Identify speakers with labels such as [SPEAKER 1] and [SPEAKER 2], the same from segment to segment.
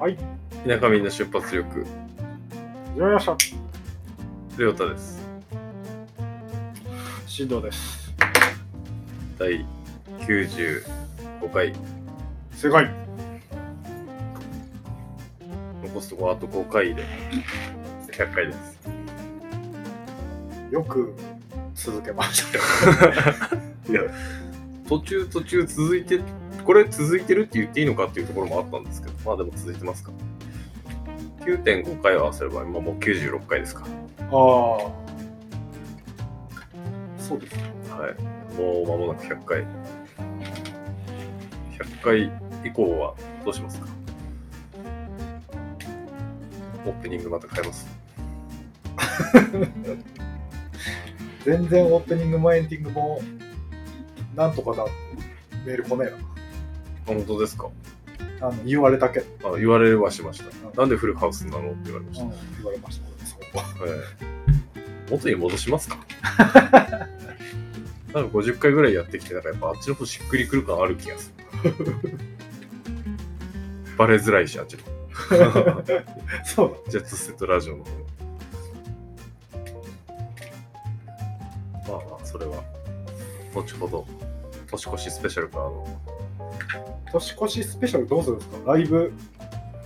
[SPEAKER 1] はい
[SPEAKER 2] 田舎民の出発力、
[SPEAKER 1] 始まりました。
[SPEAKER 2] りょうたです。
[SPEAKER 1] 進藤です。
[SPEAKER 2] 第95回、
[SPEAKER 1] 正解。
[SPEAKER 2] 残すとこあと5回で、100回です。
[SPEAKER 1] よく続けました。
[SPEAKER 2] いや、途中途中続いて、これ続いてるって言っていいのかっていうところもあったんですけど、まあでも続いてますか。9.5回を合わせれば、今もう96回ですか。
[SPEAKER 1] ああ。そうです。
[SPEAKER 2] はい。もう間もなく100回。100回以降はどうしますかオープニングまた変えます。
[SPEAKER 1] 全然オープニングもエンディングも、なんとかだ。メール来ね
[SPEAKER 2] あ本当ですか
[SPEAKER 1] えな。あの言われたけ。
[SPEAKER 2] あ言われはしました。なんでフルハウスなのって言われました。
[SPEAKER 1] 言われました。そう
[SPEAKER 2] ええ元に戻しますかなんか50回ぐらいやってきて、なんかやっぱあっちの方しっくりくる感ある気がする。バレづらいし、あっちの方。
[SPEAKER 1] そう
[SPEAKER 2] ジェットセットラジオの方。まあまあ、それは、後ほど、年越しスペシャルからの、
[SPEAKER 1] だ。年越しスペシャルどうするんですかライブ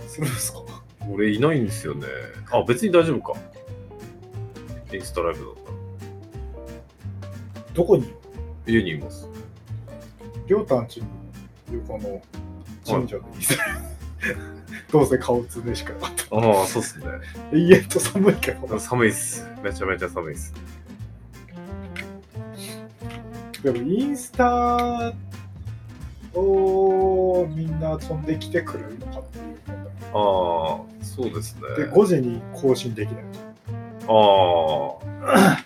[SPEAKER 1] するんですか
[SPEAKER 2] 俺いないんですよね。あ、別に大丈夫か。インスタライブだったら。
[SPEAKER 1] どこに
[SPEAKER 2] 家にいます。
[SPEAKER 1] りょうたんちにいうこの神社でいいです、どうせ顔つねしかなかっ
[SPEAKER 2] ああ、そうっすね。
[SPEAKER 1] た永遠と寒いけど
[SPEAKER 2] 寒いっす。めちゃめちゃ寒いっす。
[SPEAKER 1] でもインスタをみんな飛んできてくれるのかっていう問
[SPEAKER 2] ああ、そうですね。
[SPEAKER 1] 題で5時に更新できない
[SPEAKER 2] あ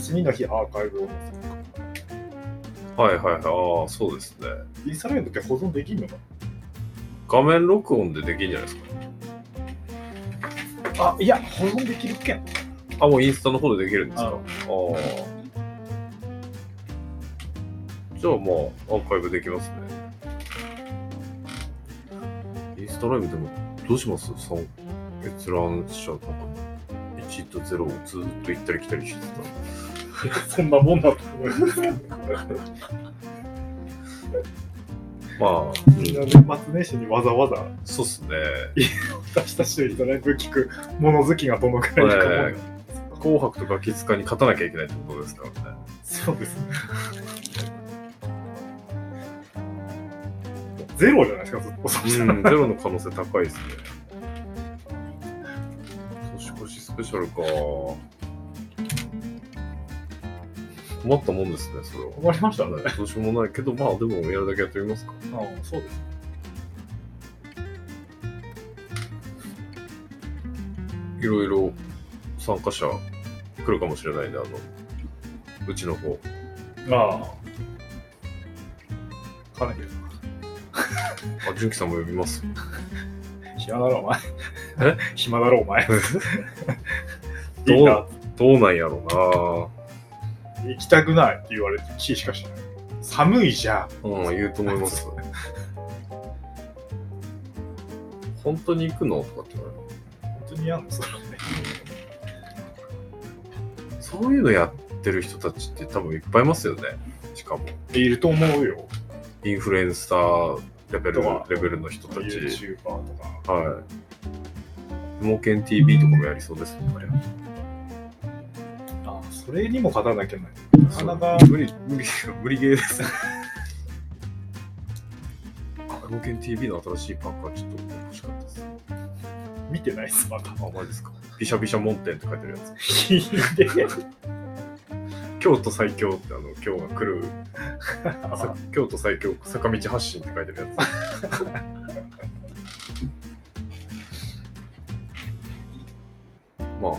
[SPEAKER 1] 次の日アーカイブを
[SPEAKER 2] あ、はいはいはい。ああ、そうですね。
[SPEAKER 1] インスタライブって保存できるのか
[SPEAKER 2] 画面録音でできるんじゃないです
[SPEAKER 1] あいや保存できるっけん
[SPEAKER 2] か。あ、もうインスタの方でできるんですか。あ
[SPEAKER 1] あ
[SPEAKER 2] あ。じゃあまあ、アーカイブできますね。インスタライブでも、どうします三閲覧者とか、1と0をずっと行ったり来たりしてたら。
[SPEAKER 1] そんなもんだと思いますけど
[SPEAKER 2] まあ、
[SPEAKER 1] みんな年末年始にわざわざ
[SPEAKER 2] そうっすね。
[SPEAKER 1] 私たちのインスタライブ聞く物好きがどの くらいいるかも
[SPEAKER 2] えー紅白とかキツカに勝たなきゃいけないってことですからね。
[SPEAKER 1] そうですね。 ゼロじゃないですか、ずっと。そしたら
[SPEAKER 2] うん、ゼロの可能性高いですね。年越しスペシャルか。困ったもんですね、それ は。
[SPEAKER 1] 困りましたね
[SPEAKER 2] どうしようもないけど、まあでもやるだけやってみますか。
[SPEAKER 1] あそうです。
[SPEAKER 2] いろいろ参加者来るかもしれないんで、あの、うちの方。
[SPEAKER 1] まあ。かなり。
[SPEAKER 2] あ、純喜さんも呼びます。
[SPEAKER 1] 暇だろ、お前。
[SPEAKER 2] え
[SPEAKER 1] 暇だろ、お前。
[SPEAKER 2] どう
[SPEAKER 1] いいな。
[SPEAKER 2] どうなんやろ
[SPEAKER 1] 行きたくないって言われて、気しかしない。寒いじゃん。
[SPEAKER 2] うなうん、言うと思います。本当に行くのとかって言われる。
[SPEAKER 1] 本当に嫌なんですからね。
[SPEAKER 2] そういうのやってる人たちって多分いっぱいいますよね。しかも、
[SPEAKER 1] いると思うよ。
[SPEAKER 2] インフルエンサーレベ
[SPEAKER 1] と
[SPEAKER 2] ル
[SPEAKER 1] か
[SPEAKER 2] レベルの人たち。
[SPEAKER 1] YouTuber とか。
[SPEAKER 2] はい。モケン TV とかもやりそうですね。
[SPEAKER 1] あそれにも勝たなきゃいけない。
[SPEAKER 2] な
[SPEAKER 1] かなか
[SPEAKER 2] 無理、無理、無理ゲー です。モケン TV の新しいパンクはちょっと欲しかったです。
[SPEAKER 1] 見てないっす、まだ。
[SPEAKER 2] あ、マジですか。びしゃびしゃ門店って書いてるやつ。
[SPEAKER 1] 聞いて。
[SPEAKER 2] 京都最強ってあの、今日が来 る、さ京都最強坂道発進って書いてるやつ。 まあ、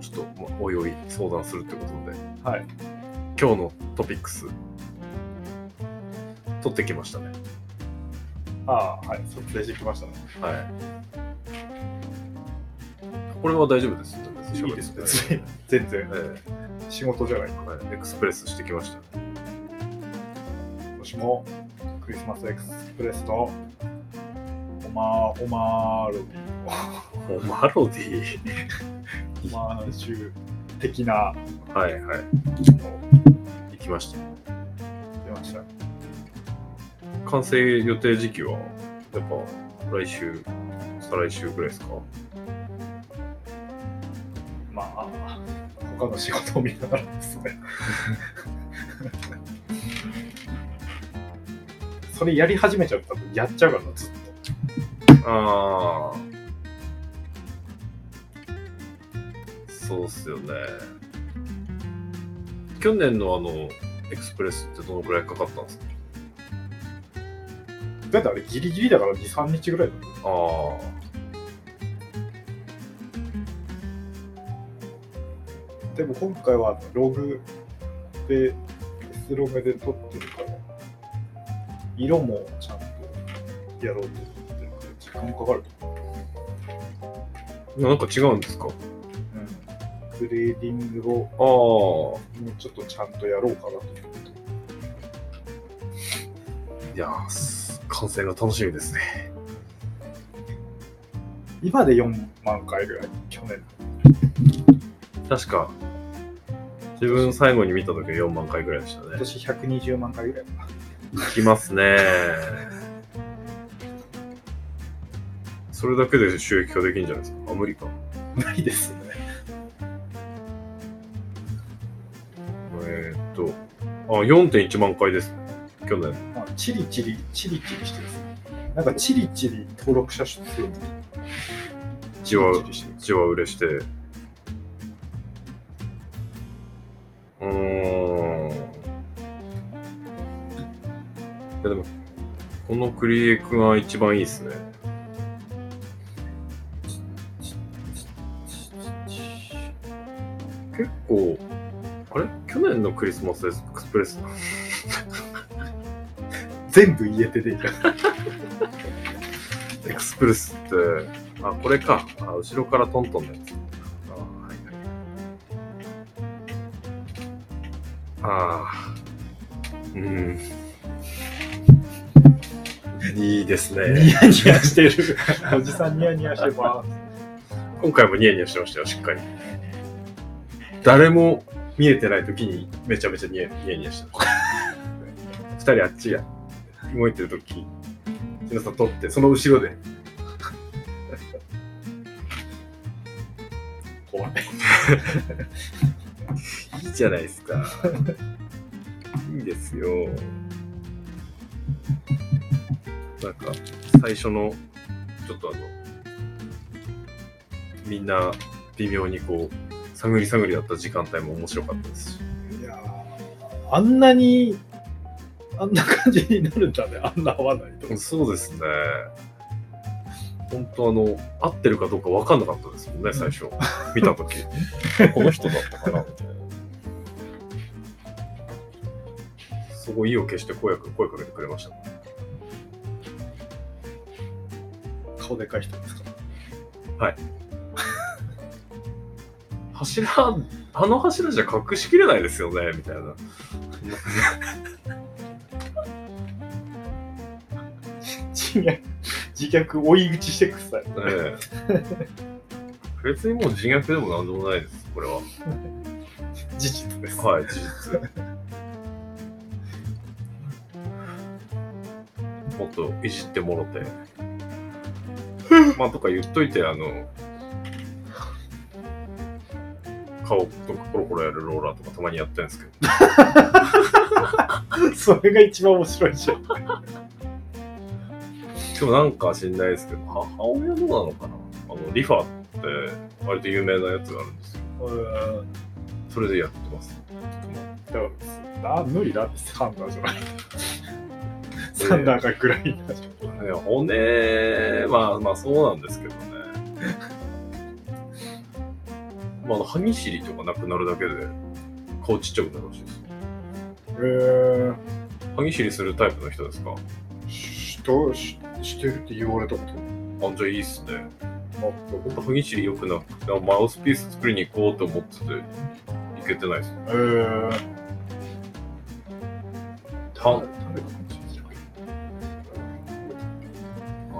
[SPEAKER 2] ちょっと、まあ、おいおい相談するってことで、
[SPEAKER 1] はい。
[SPEAKER 2] 今日のトピックス、取ってきましたね。
[SPEAKER 1] ああ、はい、撮影してきましたね。
[SPEAKER 2] はい。これは大丈夫です。
[SPEAKER 1] いいです
[SPEAKER 2] 別
[SPEAKER 1] 別に
[SPEAKER 2] に
[SPEAKER 1] 全然
[SPEAKER 2] え
[SPEAKER 1] 仕事じゃない
[SPEAKER 2] えはいエクスプレスしてきましたね。
[SPEAKER 1] 私もクリスマスエクスプレスと、オマー、オマーロ
[SPEAKER 2] もうマロディ
[SPEAKER 1] ビー、オマージュ的な
[SPEAKER 2] ー。はいは
[SPEAKER 1] の
[SPEAKER 2] い。
[SPEAKER 1] を
[SPEAKER 2] 行きました。
[SPEAKER 1] 出ました。
[SPEAKER 2] 完成予定時期は、やっぱ来週、再来週ぐらいですか
[SPEAKER 1] まあ、他の仕事を見ながらですね。それやり始めちゃったらやっちゃうからな、ずっと。
[SPEAKER 2] ああ。そうっすよね。去年のあの、エクスプレスってどのくらいかかったんですか
[SPEAKER 1] だってあれギリギリだから2、3日ぐらいだ
[SPEAKER 2] ああ。
[SPEAKER 1] でも今回はログで、S ログで撮ってるから、色もちゃんとやろうと思ってるから、時間かかると思
[SPEAKER 2] なんか違うんですかあ
[SPEAKER 1] う。グレーディングをも
[SPEAKER 2] あ。いう
[SPEAKER 1] ちょっとちゃんとやろうかなと思って。
[SPEAKER 2] やー、す完成が楽しみですね。
[SPEAKER 1] 今で4万回ぐらい、去年。
[SPEAKER 2] 確か、自分最後に見た時4万回ぐらいでした
[SPEAKER 1] 今
[SPEAKER 2] ね。
[SPEAKER 1] 年120万回ぐらいかな。
[SPEAKER 2] きますね。それだけで収益化できるんじゃないですかあ、無理か。
[SPEAKER 1] ないですね。
[SPEAKER 2] えーっと、あ、4.1万回です。去年。
[SPEAKER 1] まあ、チリチリ、チリチリしてるんですねなんかチリチリ登録者数も
[SPEAKER 2] じわ
[SPEAKER 1] リしてる。
[SPEAKER 2] じわ売れして。うーん。いやでも、このクリエイクが一番いいですね。結構、あれ去年のクリスマスエクスプレス。
[SPEAKER 1] 全部言えてでいいから
[SPEAKER 2] エクスプレスって、あ、これか。あ後ろからトントンのやつ。あはいはい。あーうん。 いいです
[SPEAKER 1] ニ
[SPEAKER 2] ね。
[SPEAKER 1] ヤニヤしてる。おじさんニヤニヤしてます。
[SPEAKER 2] 今回もニヤニヤしてましたよ、しっかり。誰も見えてない時にめちゃめちゃニヤニヤニヤしてま した。二人あっちや、動いてる時、皆さん撮って、その後ろで
[SPEAKER 1] 怖い。
[SPEAKER 2] いいじゃないですか。いいですよ。なんか、最初の、ちょっとあの、みんな微妙にこう、探り探りだった時間帯も面白かったですし。
[SPEAKER 1] いやーあんなに、あんな感じになるんだね。あんな合わないと。
[SPEAKER 2] そうですね。本当あの、合ってるかどうか分かんなかったですもんね、最初。見たとき。 この人だったかなみたいな。そこ意を決して声か声かけてくれました。
[SPEAKER 1] 顔でかい人ですか
[SPEAKER 2] 柱、あの柱じゃ隠しきれないですよね、みたい な。
[SPEAKER 1] 自虐、自虐追い打ちしてくさい。
[SPEAKER 2] ええ、別にもう自虐でもなんでもないです、これは。
[SPEAKER 1] 事実です。
[SPEAKER 2] はい、事実。もっといじってもろて。まあ、とか言っといて、あの、顔とかコロコロやるローラーとかたまにやってるんですけど。
[SPEAKER 1] それが一番面白いじゃん。
[SPEAKER 2] でもなんか知んないですけど、母親どうなのかなあの、リファって割と有名なやつがあるんですよ。
[SPEAKER 1] うん。
[SPEAKER 2] それでやってます。
[SPEAKER 1] だからあ無理だってサンダーじゃない。サンダーがぐらいだし
[SPEAKER 2] いや骨は、まあそうなんですけどね。まああの、歯ぎしりとかなくなるだけで、顔ちっちゃくなるらしいです。
[SPEAKER 1] えー、
[SPEAKER 2] 歯ぎしりするタイプの人ですかあ、
[SPEAKER 1] しとししてるって言われたこと
[SPEAKER 2] じゃあいいっすね。
[SPEAKER 1] も
[SPEAKER 2] ほんと歯ぎしり良くなくて、マウスピース作りに行こうと思ってて、いけてないです。
[SPEAKER 1] えー、
[SPEAKER 2] た
[SPEAKER 1] 誰かもしれない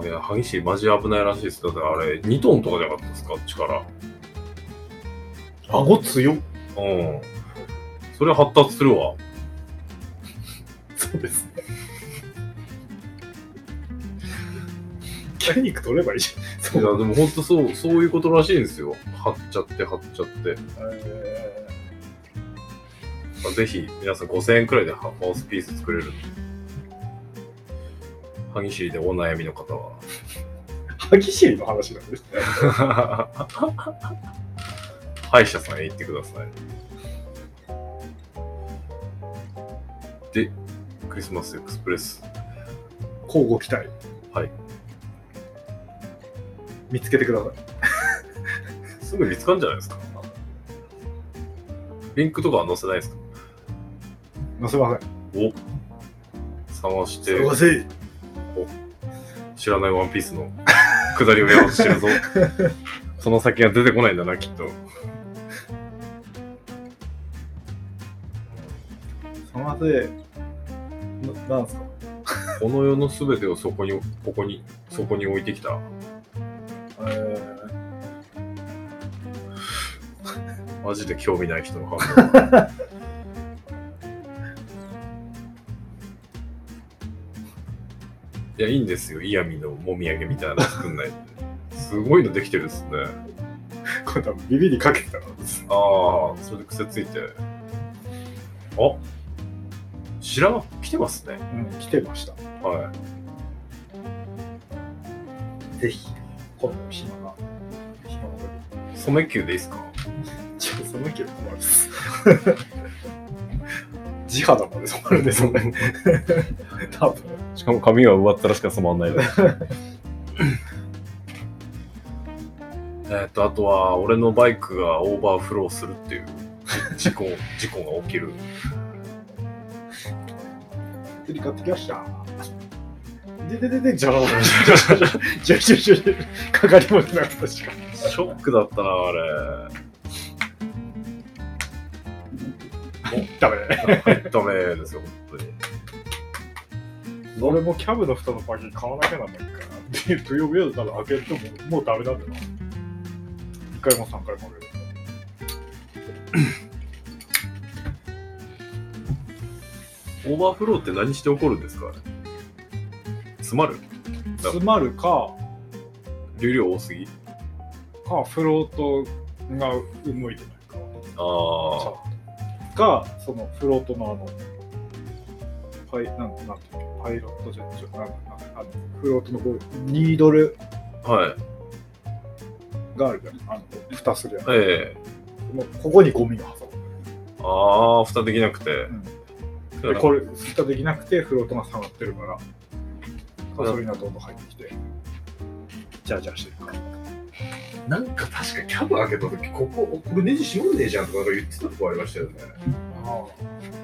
[SPEAKER 2] いや、激しい、マジ危ないらしいです。だってあれ、2トンとかじゃなかったですか、力。
[SPEAKER 1] 顎強っ。
[SPEAKER 2] うん。それ発達するわ。
[SPEAKER 1] そうです ね。筋肉取ればいいじゃん。
[SPEAKER 2] い
[SPEAKER 1] そ
[SPEAKER 2] や、で。も本当そう、そういうことらしいんですよ。張っちゃって、張っちゃって。
[SPEAKER 1] え
[SPEAKER 2] まあぜひ、皆さん5000円くらいでハマウスピース作れる。歯ぎしりでお悩みの方は。
[SPEAKER 1] ー歯ぎしりの話なんですね。
[SPEAKER 2] 歯医者さんへ行ってください。で、クリスマスエクスプレス。
[SPEAKER 1] 交互期待。
[SPEAKER 2] はい。
[SPEAKER 1] 見つけてください。
[SPEAKER 2] すぐ見つかるんじゃないですか。リンクとかは載せないですか
[SPEAKER 1] 載せません。
[SPEAKER 2] お探して、
[SPEAKER 1] せん。
[SPEAKER 2] 知らないワンピースの下りをやろうとしてるぞ。その先が出てこないんだな、きっと。
[SPEAKER 1] 探せ。ななんですか
[SPEAKER 2] この世の全てをそこに、ここに、そこに置いてきた。
[SPEAKER 1] えー、
[SPEAKER 2] マジで興味ない人の反応。いや、いいんですよ。イヤミのもみあげみたいなの作んないで。すごいのできてるですね。
[SPEAKER 1] これ多分耳にかけてたからです。
[SPEAKER 2] ああ、それで癖ついて。あ白髪来てますね。
[SPEAKER 1] うん、来てました。
[SPEAKER 2] は
[SPEAKER 1] ぜひ、今度暇が。暇が。
[SPEAKER 2] い。染め球でいいですか
[SPEAKER 1] ちょっとその意見困るです。地肌まで染まるんですよね。多分。
[SPEAKER 2] しかも髪は上っらしか染まんない えっと、あとは、俺のバイクがオーバーフローするっていう事故、 事故が起きる。
[SPEAKER 1] 釣り買ってきました。でででで、じゃらじゃらじゃらじゃらじゃらじゃらじゃらかかりもしなかったしか。
[SPEAKER 2] ショックだったな、あ
[SPEAKER 1] ダメ。
[SPEAKER 2] れ。はい、ダメですよ、本当に。
[SPEAKER 1] 俺もキャブの蓋のパッケージ買わなきゃなんないから。で、土曜日だったら開けるともうもうダメなんだな。一回も三回も開ける。
[SPEAKER 2] オーバーフローって何して起こるんですかあれ詰まる
[SPEAKER 1] 詰まるか、
[SPEAKER 2] 流量多すぎ
[SPEAKER 1] か、フロートが動いてないか。
[SPEAKER 2] あ
[SPEAKER 1] がそのフロートのあのパイなんなんていうのパイロットジェットなんなんあのフロートのこうニードル
[SPEAKER 2] あ。はい。
[SPEAKER 1] があるじゃんあの蓋するやつ
[SPEAKER 2] ええ
[SPEAKER 1] もうここにゴミが挟
[SPEAKER 2] ああ、蓋できなくて。
[SPEAKER 1] まるでこれ蓋できなくてフロートが下がってるからガソリンがどんどん入ってきてジャージャーしてるから
[SPEAKER 2] なんか確かキャブ開けた時ここ、これネジ閉まんねえじゃんとかなんか言ってたとこありましたよね。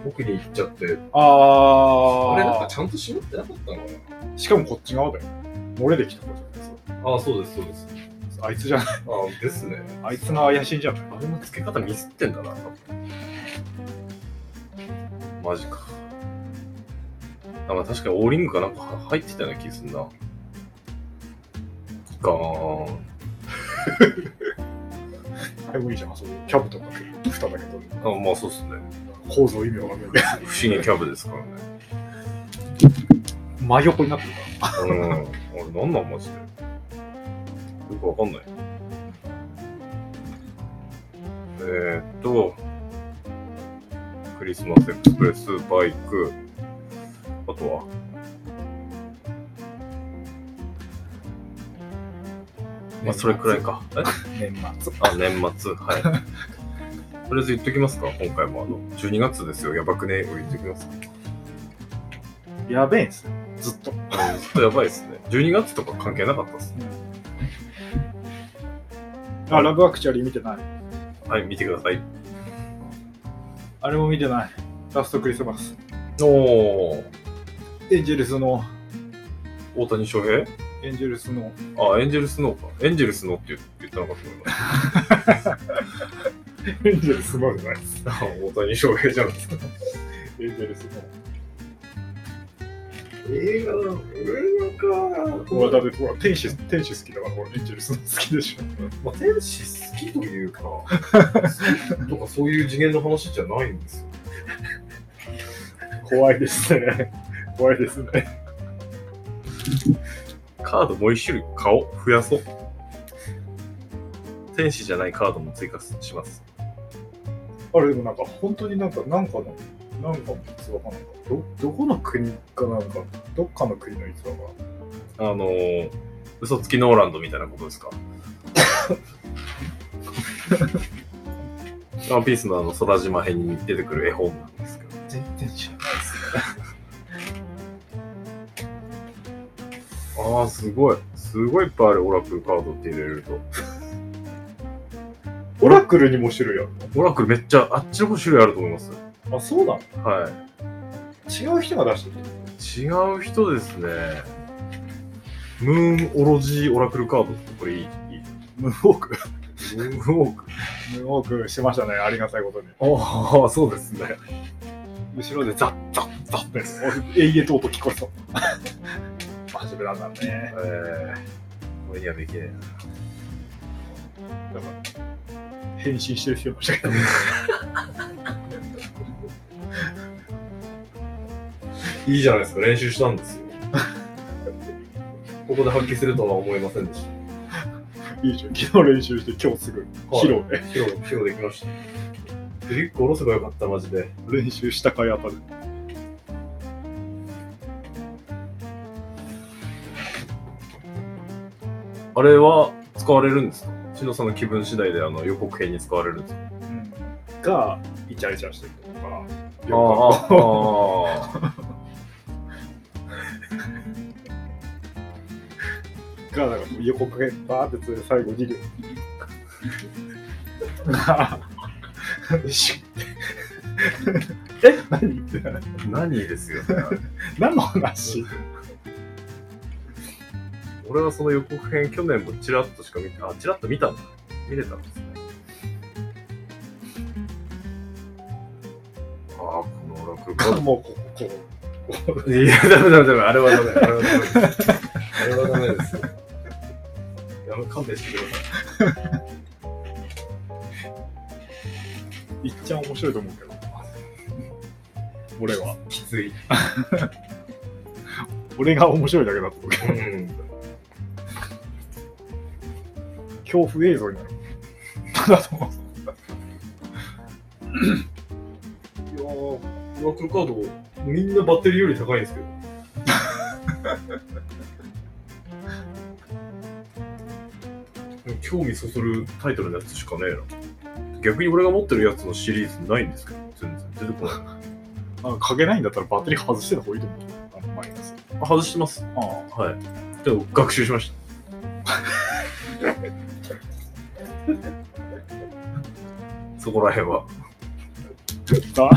[SPEAKER 2] 奥に行っちゃって、
[SPEAKER 1] あ
[SPEAKER 2] ちゃんと閉まってなかったのか
[SPEAKER 1] しかもこっち側だよ漏れてきたことじゃない
[SPEAKER 2] なああ、そうです、そうです。
[SPEAKER 1] ですあいつじゃない
[SPEAKER 2] ああ、ですね。
[SPEAKER 1] あいつが怪しいんじゃない
[SPEAKER 2] あれの付け方ミスってんだな、多分マジか。あまあ確かにオーリングかなんかは入ってたような気すんな。ガーン。
[SPEAKER 1] あれもいいじゃんそういうキャブとか蓋だけど
[SPEAKER 2] あまあそうっすね。
[SPEAKER 1] 構造意味わかんない
[SPEAKER 2] 不思議なキャブですからね。
[SPEAKER 1] 真横になってる
[SPEAKER 2] うん。あれなんなんマジで。よくわかんない。えー、っと、クリスマスエクスプレス、バイク、あとは。まあ、それくらいか。え
[SPEAKER 1] 年末
[SPEAKER 2] あ、年末。はい。とりあえず言っときますか。今回もあの、12月ですよ。やばくねを言っときます。
[SPEAKER 1] やべえんすよずっと
[SPEAKER 2] あのずっとやばいですね。12月とか関係なかったですね。
[SPEAKER 1] あラブアクチュアリー見てない
[SPEAKER 2] はい、見てください。
[SPEAKER 1] あれも見てないラストクリスマス
[SPEAKER 2] おお、
[SPEAKER 1] エンジェルスの
[SPEAKER 2] 大谷翔平
[SPEAKER 1] エンジェルスの
[SPEAKER 2] あ、エンジェルスノーか。エンジェルスノーって言ったのかと思いまし
[SPEAKER 1] エンジェルスのじゃないです
[SPEAKER 2] た。大谷翔平じゃないですか。
[SPEAKER 1] エンジェルスの
[SPEAKER 2] 映画だ、映画か。
[SPEAKER 1] 俺だってほら天使天使好きだから俺エンジェルス好きでしょ
[SPEAKER 2] まあ、天使好きという か、好きとかそういう次元の話じゃないんですよ。
[SPEAKER 1] 怖いですね怖いですね
[SPEAKER 2] カードもう一種類買おう。増やそう。天使じゃないカードも追加します。
[SPEAKER 1] あれでもなんか本当になんかなんかのなんかの逸話かなんかどどこの国かなんかどっかの国の逸話が
[SPEAKER 2] あのー、嘘つきノーランドみたいなことで すか。ワンピースのあの空島編に出てくる絵本なんですけど。
[SPEAKER 1] 全然知らない
[SPEAKER 2] ああ、すごい。すごいいっぱいある、オラクルカードって入れると。
[SPEAKER 1] オラクルにも種類ある
[SPEAKER 2] オラクルめっちゃ、あっちの方種類あると思います。
[SPEAKER 1] のあそうなの
[SPEAKER 2] はい。
[SPEAKER 1] 違う人が出してる
[SPEAKER 2] 違う人ですね。ムーンオロジーオラクルカードってこれいい。いい
[SPEAKER 1] ムーンウォーク
[SPEAKER 2] ムーンウォーク。
[SPEAKER 1] ムーンウォークしましたねありがたいことに
[SPEAKER 2] ああ、そうですね。
[SPEAKER 1] 後ろでザッザッザッって永遠と音聞こえそう真面目なんだ
[SPEAKER 2] え
[SPEAKER 1] ね
[SPEAKER 2] ー、これにはできね
[SPEAKER 1] だから変身してる人いましたけど
[SPEAKER 2] えないいじゃないですか、練習したんですよ。ここで発揮するとは思いませんでし
[SPEAKER 1] いいじゃん昨日練習して今日すぐ
[SPEAKER 2] は
[SPEAKER 1] 披
[SPEAKER 2] い
[SPEAKER 1] 露で
[SPEAKER 2] た。披露、披露できました。リュック下ろせばよかった、マジで。
[SPEAKER 1] 練習したかいあたで
[SPEAKER 2] あれは使われるんですかしのさんの気分次第であの予告編に使われるんですか
[SPEAKER 1] がイチャイチャしてるとか
[SPEAKER 2] ああ、ああ。
[SPEAKER 1] がなんかもう予告編バーってつって最後2行シュッえ何言ってない
[SPEAKER 2] 何ですよね、あれ
[SPEAKER 1] 何の話
[SPEAKER 2] 俺はその予告編去年もチラッとしか見てあチラッと見たんだ見れたんですねああこのオラクルカー
[SPEAKER 1] もうこここ
[SPEAKER 2] ド いやダメダメダメあれはダメあれはダメ あれはダメですやめ勘弁してくださ
[SPEAKER 1] いっちゃん面白いと思うけど俺はい
[SPEAKER 2] きつい
[SPEAKER 1] 俺が面白いだけだと思うけど
[SPEAKER 2] うん
[SPEAKER 1] 恐怖映像にな るただの
[SPEAKER 2] いやーオラクルカードみんなバッテリーより高いんですけどでも興味そそるタイトルのやつしかねえな逆に俺が持ってるやつのシリーズないんですけど全然出てこない
[SPEAKER 1] あかけないんだったらバッテリー外してた方がいいと思うあのマイナス
[SPEAKER 2] あ外してます
[SPEAKER 1] ああ
[SPEAKER 2] はいでも学習し ましたそこら辺は
[SPEAKER 1] だ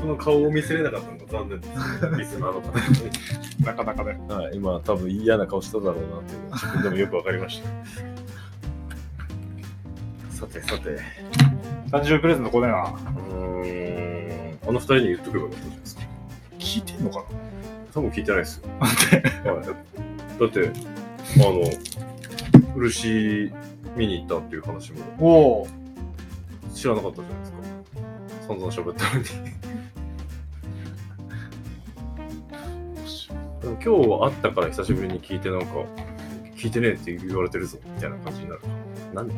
[SPEAKER 2] その顔を見せれなかったのが残念です リスナーの方に
[SPEAKER 1] なかなかね
[SPEAKER 2] はい、今多分嫌な顔しただろうなっていうのは自分でもよくわかりました。 さてさて、う
[SPEAKER 1] 誕生日プレゼント来ねえな
[SPEAKER 2] ーん、あの二人に言っとけばよかったじゃないですか。
[SPEAKER 1] 聞いてんのか
[SPEAKER 2] 多分聞いてないですよ。
[SPEAKER 1] なって
[SPEAKER 2] はい、だって、あの、漆見に行ったっていう話も
[SPEAKER 1] おお
[SPEAKER 2] 知らなかったじゃないですか。散々喋ったのに。でも今日は会ったから久しぶりに聞いてなんか、聞いてねえって言われてるぞみたいな感じになる から。なんで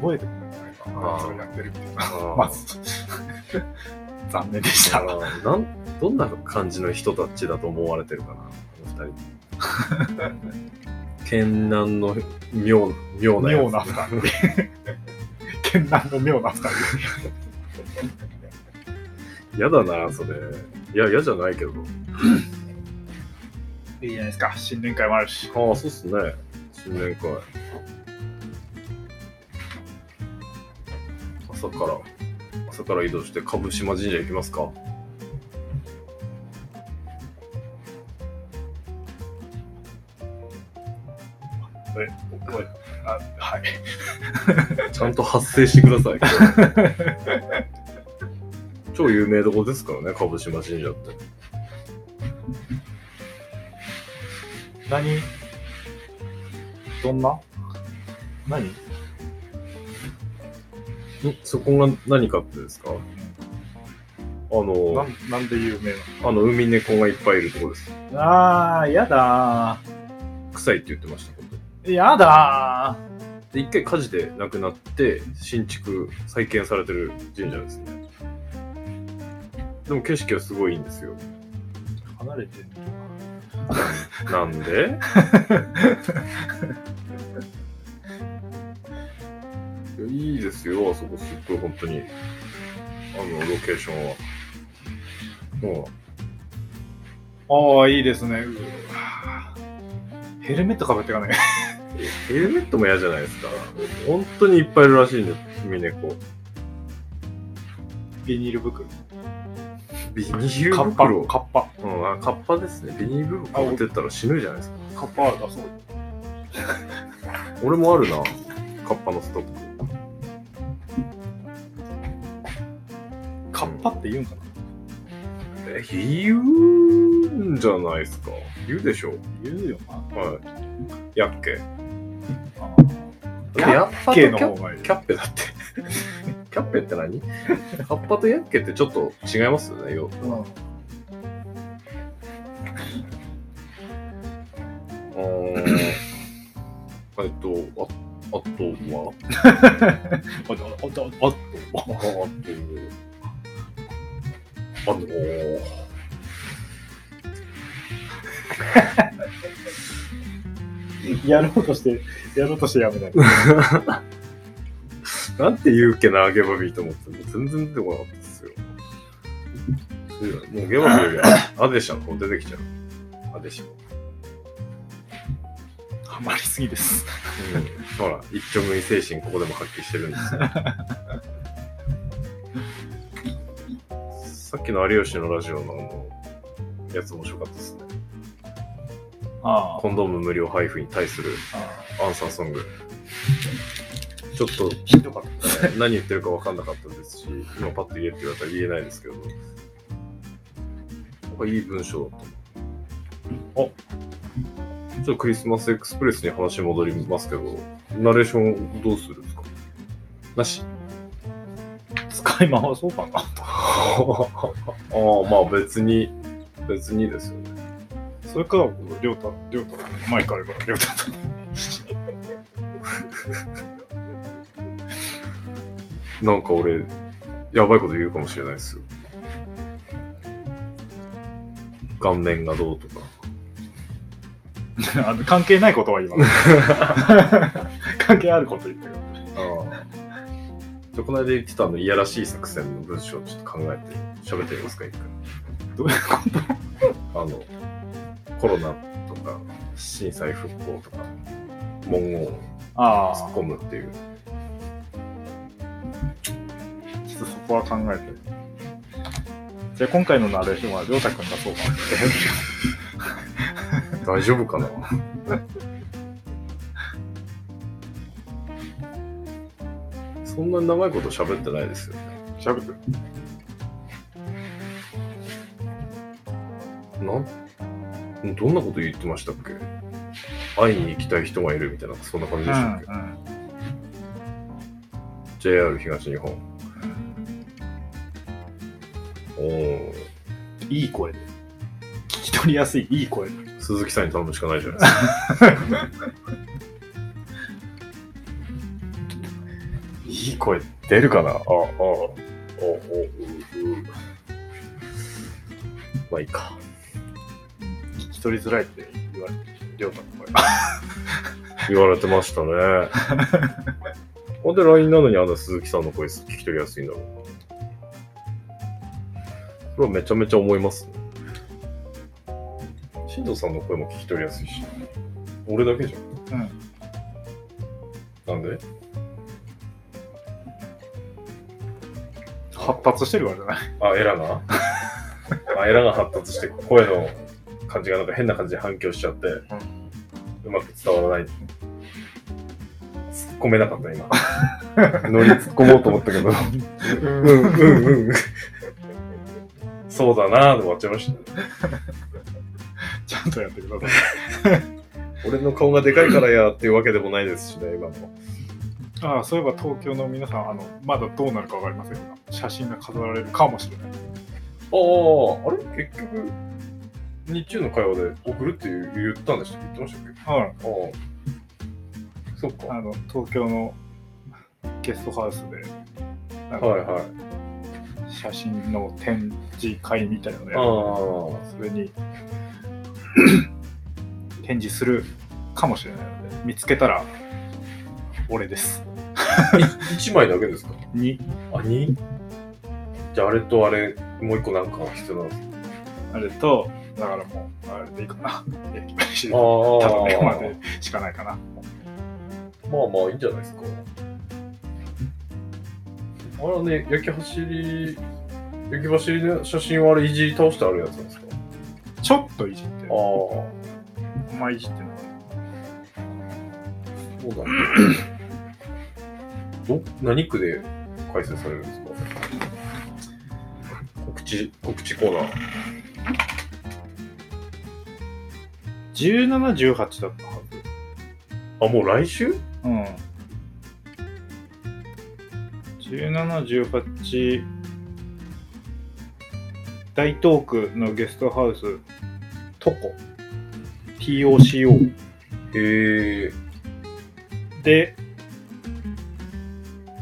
[SPEAKER 1] 覚えてくれないか
[SPEAKER 2] ああ
[SPEAKER 1] それやってるっていう
[SPEAKER 2] あー
[SPEAKER 1] まず 残念でした
[SPEAKER 2] あーなんどんな感じの人たちだと思われてるかな、あ の二人。県南の妙妙なやつ
[SPEAKER 1] 妙な二人 剣南の妙な二人
[SPEAKER 2] やだな、それ。いや、嫌じゃないけど。
[SPEAKER 1] いいじゃないですか新年会もあるし
[SPEAKER 2] ああ、そうっすね。新年会。朝から、朝から移動して、株島神社行きますか。
[SPEAKER 1] え覚えあはい
[SPEAKER 2] ちゃんと発声してください。 超有名どこですからね、株島神社って。
[SPEAKER 1] 何どんな何
[SPEAKER 2] そこが何かってですかあ
[SPEAKER 1] な
[SPEAKER 2] の、
[SPEAKER 1] んなんで有名
[SPEAKER 2] あの、海猫がいっぱいいるとこです。
[SPEAKER 1] なのあー、やだ
[SPEAKER 2] 臭いって言ってました、本当に
[SPEAKER 1] ー。やだー。
[SPEAKER 2] で、一回火事で亡くなって、新築、再建されてる神社ですね。でも景色はすごいいいんですよ。
[SPEAKER 1] 離れてんの
[SPEAKER 2] なんでいやいいですよ、あそこすっごい本当に。あの、ロケーションは。も
[SPEAKER 1] ああ、いいですね。うわヘルメットかぶってかね。
[SPEAKER 2] う、ヘルメットも嫌じゃないですか。本当にいっぱいいるらしいんです、ミネコ。
[SPEAKER 1] ビニール袋。
[SPEAKER 2] ビニール
[SPEAKER 1] カッパ。
[SPEAKER 2] 袋。
[SPEAKER 1] カッパ。
[SPEAKER 2] うん、あカッパですね。ビニール袋持ってったら死ぬじゃないですか。
[SPEAKER 1] カッパあるだそう。
[SPEAKER 2] 俺もあるな、カッパのストック。
[SPEAKER 1] カッパって言うんかな
[SPEAKER 2] え、言うんじゃないですか。言うでしょ
[SPEAKER 1] 言うよな。
[SPEAKER 2] はい。やっけ。
[SPEAKER 1] あ
[SPEAKER 2] やっぱとキ
[SPEAKER 1] 系
[SPEAKER 2] ャ
[SPEAKER 1] の方がいい。
[SPEAKER 2] キャッペだって。 キャッペって何カッパとヤッケってちょっと違いますよね、よ。
[SPEAKER 1] うん
[SPEAKER 2] うーんえっと、あ
[SPEAKER 1] あ
[SPEAKER 2] あとは
[SPEAKER 1] と、あと、あと、
[SPEAKER 2] ああと、あのー、
[SPEAKER 1] やろうとして、やろうとしてやめない。
[SPEAKER 2] なんて言うっけな、ゲバビーと思って。もう全然出てこなかったですよ。もうゲバビーよりアデシャの方出てきちゃう。アデシャ。
[SPEAKER 1] ハマりすぎです。
[SPEAKER 2] うんほら、一丁目精神、ここでも発揮してるん ですよ。さっきの有吉のラジオのあのやつ面白かったですね。
[SPEAKER 1] あ
[SPEAKER 2] コンドーム無料配布に対する
[SPEAKER 1] あ。
[SPEAKER 2] アンサーソング。ちょっと、
[SPEAKER 1] ひどかった。
[SPEAKER 2] ね何言ってるか分かんなかったですし、今パッと言えって言われたら言えないですけど、なんかいい文章だったな。あちょっとクリスマスエクスプレスに話戻りますけど、ナレーションどうするんですかなし。
[SPEAKER 1] 使い回そうかな。
[SPEAKER 2] ああ、まあ別に、別にですよね。
[SPEAKER 1] それから、りょうた、りょうた、前からから、りょうた。
[SPEAKER 2] なんか俺、やばいこと言うかもしれないですよ。顔面がどうとか。
[SPEAKER 1] あの関係ないことは言わない。関係あること言ってる。
[SPEAKER 2] ああ。この間言ってたあの、いやらしい作戦の文章をちょっと考えて、喋ってみますか、一回。
[SPEAKER 1] どういうこと
[SPEAKER 2] あの、コロナとか、震災復興とか、文言を
[SPEAKER 1] あ
[SPEAKER 2] 突っ込むっていう。
[SPEAKER 1] ちょっとそこは考えて。じゃあ今回のナレーションはりょうたくんがそうかな。
[SPEAKER 2] 大丈夫かなそんなに長いこと喋ってないですよね。
[SPEAKER 1] 喋ってる。
[SPEAKER 2] なんどんなこと言ってましたっけ会いに行きたい人がいるみたいな、そんな感じでしたっけ、
[SPEAKER 1] う
[SPEAKER 2] JR 東日本。おお、
[SPEAKER 1] ん。いい声で。聞き取りやすい、いい声で。
[SPEAKER 2] 鈴木さんに頼むしかないじゃないですか。いい声出るかなああ、ああ、おお、う、う。まあいいか。
[SPEAKER 1] 聞き取りづらいって言われてる。りょうたの声。
[SPEAKER 2] 言われてましたね。なんで LINE なのにあの鈴木さんの声聞き取りやすいんだろうな。それはめちゃめちゃ思いますね。新藤さんの声も聞き取りやすいし。俺だけじゃん。うん。なんで
[SPEAKER 1] 発達してるわけじゃない。
[SPEAKER 2] あ、エラが あ、エラが発達して声の感じがなんか変な感じで反響しちゃって、うまく伝わらない。突っ込めなかった今。 ノリ突っ込もうと思ったけど。うんうんうん。そうだなぁで終わっちゃいました。
[SPEAKER 1] ちゃんとやってください。
[SPEAKER 2] 俺の顔がでかいからやっていうわけでもないですしね、今も。
[SPEAKER 1] ああ、そういえば東京の皆さん、あの、まだどうなるかわかりませんが、写真が飾られるかもしれない。
[SPEAKER 2] ああ、あれ結局、日中の会話で送るって言ったんでしたっけ言ってましたっ
[SPEAKER 1] はい。
[SPEAKER 2] けああ。そっか。
[SPEAKER 1] あの、東京のゲストハウスで、なん
[SPEAKER 2] はい
[SPEAKER 1] か
[SPEAKER 2] はい。
[SPEAKER 1] 写真の展示会みたいなのや
[SPEAKER 2] ああ
[SPEAKER 1] る、それ に展示するかもしれないので、見つけたら、俺です。
[SPEAKER 2] 1枚だけですか
[SPEAKER 1] に、
[SPEAKER 2] あ、2? じゃあ、あれとあれ、もう一個なんか必要なんですか
[SPEAKER 1] あれと、だからもう、あれでいいかな。 焼き飯
[SPEAKER 2] あ
[SPEAKER 1] ただね、ま
[SPEAKER 2] あ
[SPEAKER 1] でしかないかな。
[SPEAKER 2] まあまあいいんじゃないですか。あれはね、焼き走り、焼き走りの写真はあれ、いじり倒してあるやつなんですか
[SPEAKER 1] ちょっといじって
[SPEAKER 2] ああ、、そ
[SPEAKER 1] あんまいじってない。
[SPEAKER 2] う だね。ど何区で開催されるんですか告知、告知コーナー。
[SPEAKER 1] 17、18だったはず。
[SPEAKER 2] あ、もう来週
[SPEAKER 1] うん。17、18大東区のゲストハウス、トコ、TOCO
[SPEAKER 2] へえ。
[SPEAKER 1] で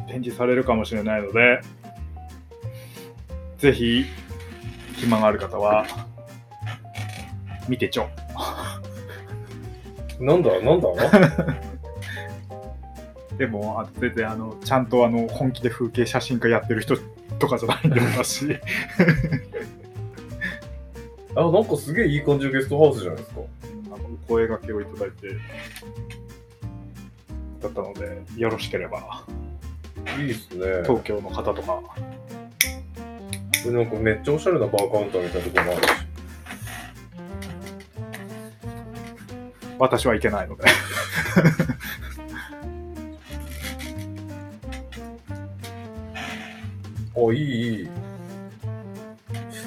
[SPEAKER 1] 展示されるかもしれないので、ぜひ、暇がある方は、見てちょ。
[SPEAKER 2] なんだなんだ
[SPEAKER 1] でも、あ全然あの、ちゃんとあの本気で風景写真家やってる人とかじゃないんで、私。
[SPEAKER 2] あ、なんかすげえいい感じのゲストハウスじゃないですか。
[SPEAKER 1] あのお声掛けをいただいてだったのでよろしければ
[SPEAKER 2] いいっすね。
[SPEAKER 1] 東京の方とか
[SPEAKER 2] でなんかめっちゃおしゃれなバーカウンターみたいなところもあるし。
[SPEAKER 1] 私は行けないので
[SPEAKER 2] あ、いい、いい。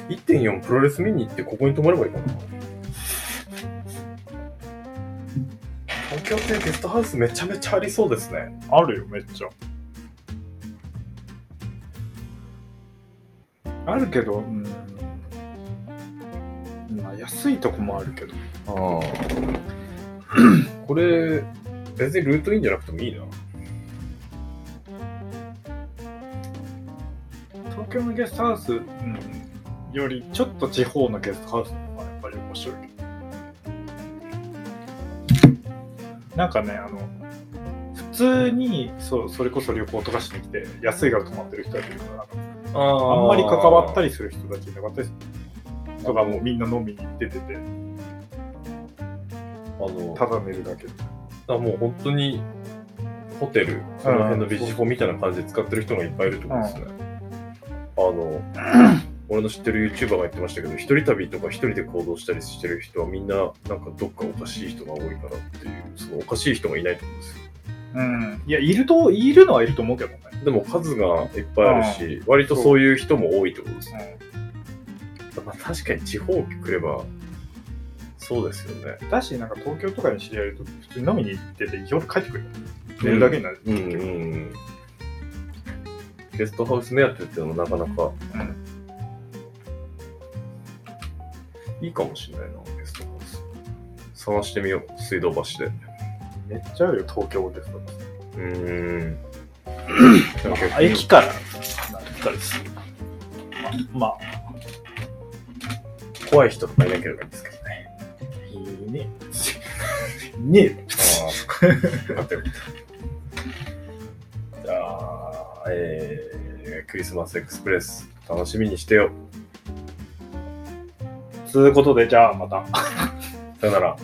[SPEAKER 2] 1.4プロレス見に行って、ここに泊まればいいかな。東京ってゲストハウスめちゃめちゃありそうですね。
[SPEAKER 1] あるよめっちゃあるけどうんまあ安いとこもあるけど
[SPEAKER 2] ああ。これ、別にルートインじゃなくてもいいな。
[SPEAKER 1] 東京のゲストハウス、うん、よりちょっと地方のゲストハウスの方がやっぱり面白いけどなんかねあの普通にそうそれこそ旅行とかしに来て安いから泊まってる人たちとかなんか
[SPEAKER 2] あ
[SPEAKER 1] あんまり関わった
[SPEAKER 2] り。
[SPEAKER 1] りする人たちいなかったりとかもうみんな飲みに行っててて
[SPEAKER 2] あの、
[SPEAKER 1] ただ寝るだけで
[SPEAKER 2] あもう本当に、ホテル、その辺のビジコみたいな感じで使ってる人がいっぱいいるってことですね。あの、俺の知ってる YouTuber が言ってましたけど、一人旅とか一人で行動したりしてる人はみんな、なんかどっかおかしい人が多いからっていう、そのおかしい人がいないと思うんですよ。
[SPEAKER 1] うんいやいるといるのはいると思うけどね、
[SPEAKER 2] でも数がいっぱいあるし、割とそういう人も多いってことですね。まあ確かに地方来れば、そうですよね。
[SPEAKER 1] うん、だしなんか東京とかに知り合いいると普通に飲みに行ってて夜帰ってくるよ寝るだけになる、
[SPEAKER 2] うんうん。ゲストハウス目当てっていうのもなかなか
[SPEAKER 1] うん
[SPEAKER 2] いいかもしれないな、ゲストハウス。探してみよう、水道橋で。
[SPEAKER 1] めっちゃあるよ、東京ですと
[SPEAKER 2] うーん。なんか
[SPEAKER 1] か。 駅から離れたりする。まあ、ま
[SPEAKER 2] 怖い人とかいなければいいんですけどね。
[SPEAKER 1] あ、いいね。 ねえ、
[SPEAKER 2] ああ、そっか。よかったよかった。じゃあ、えー、クリスマスエクスプレス、楽しみにしてよ。
[SPEAKER 1] つうことで、じゃあまた。
[SPEAKER 2] さよなら。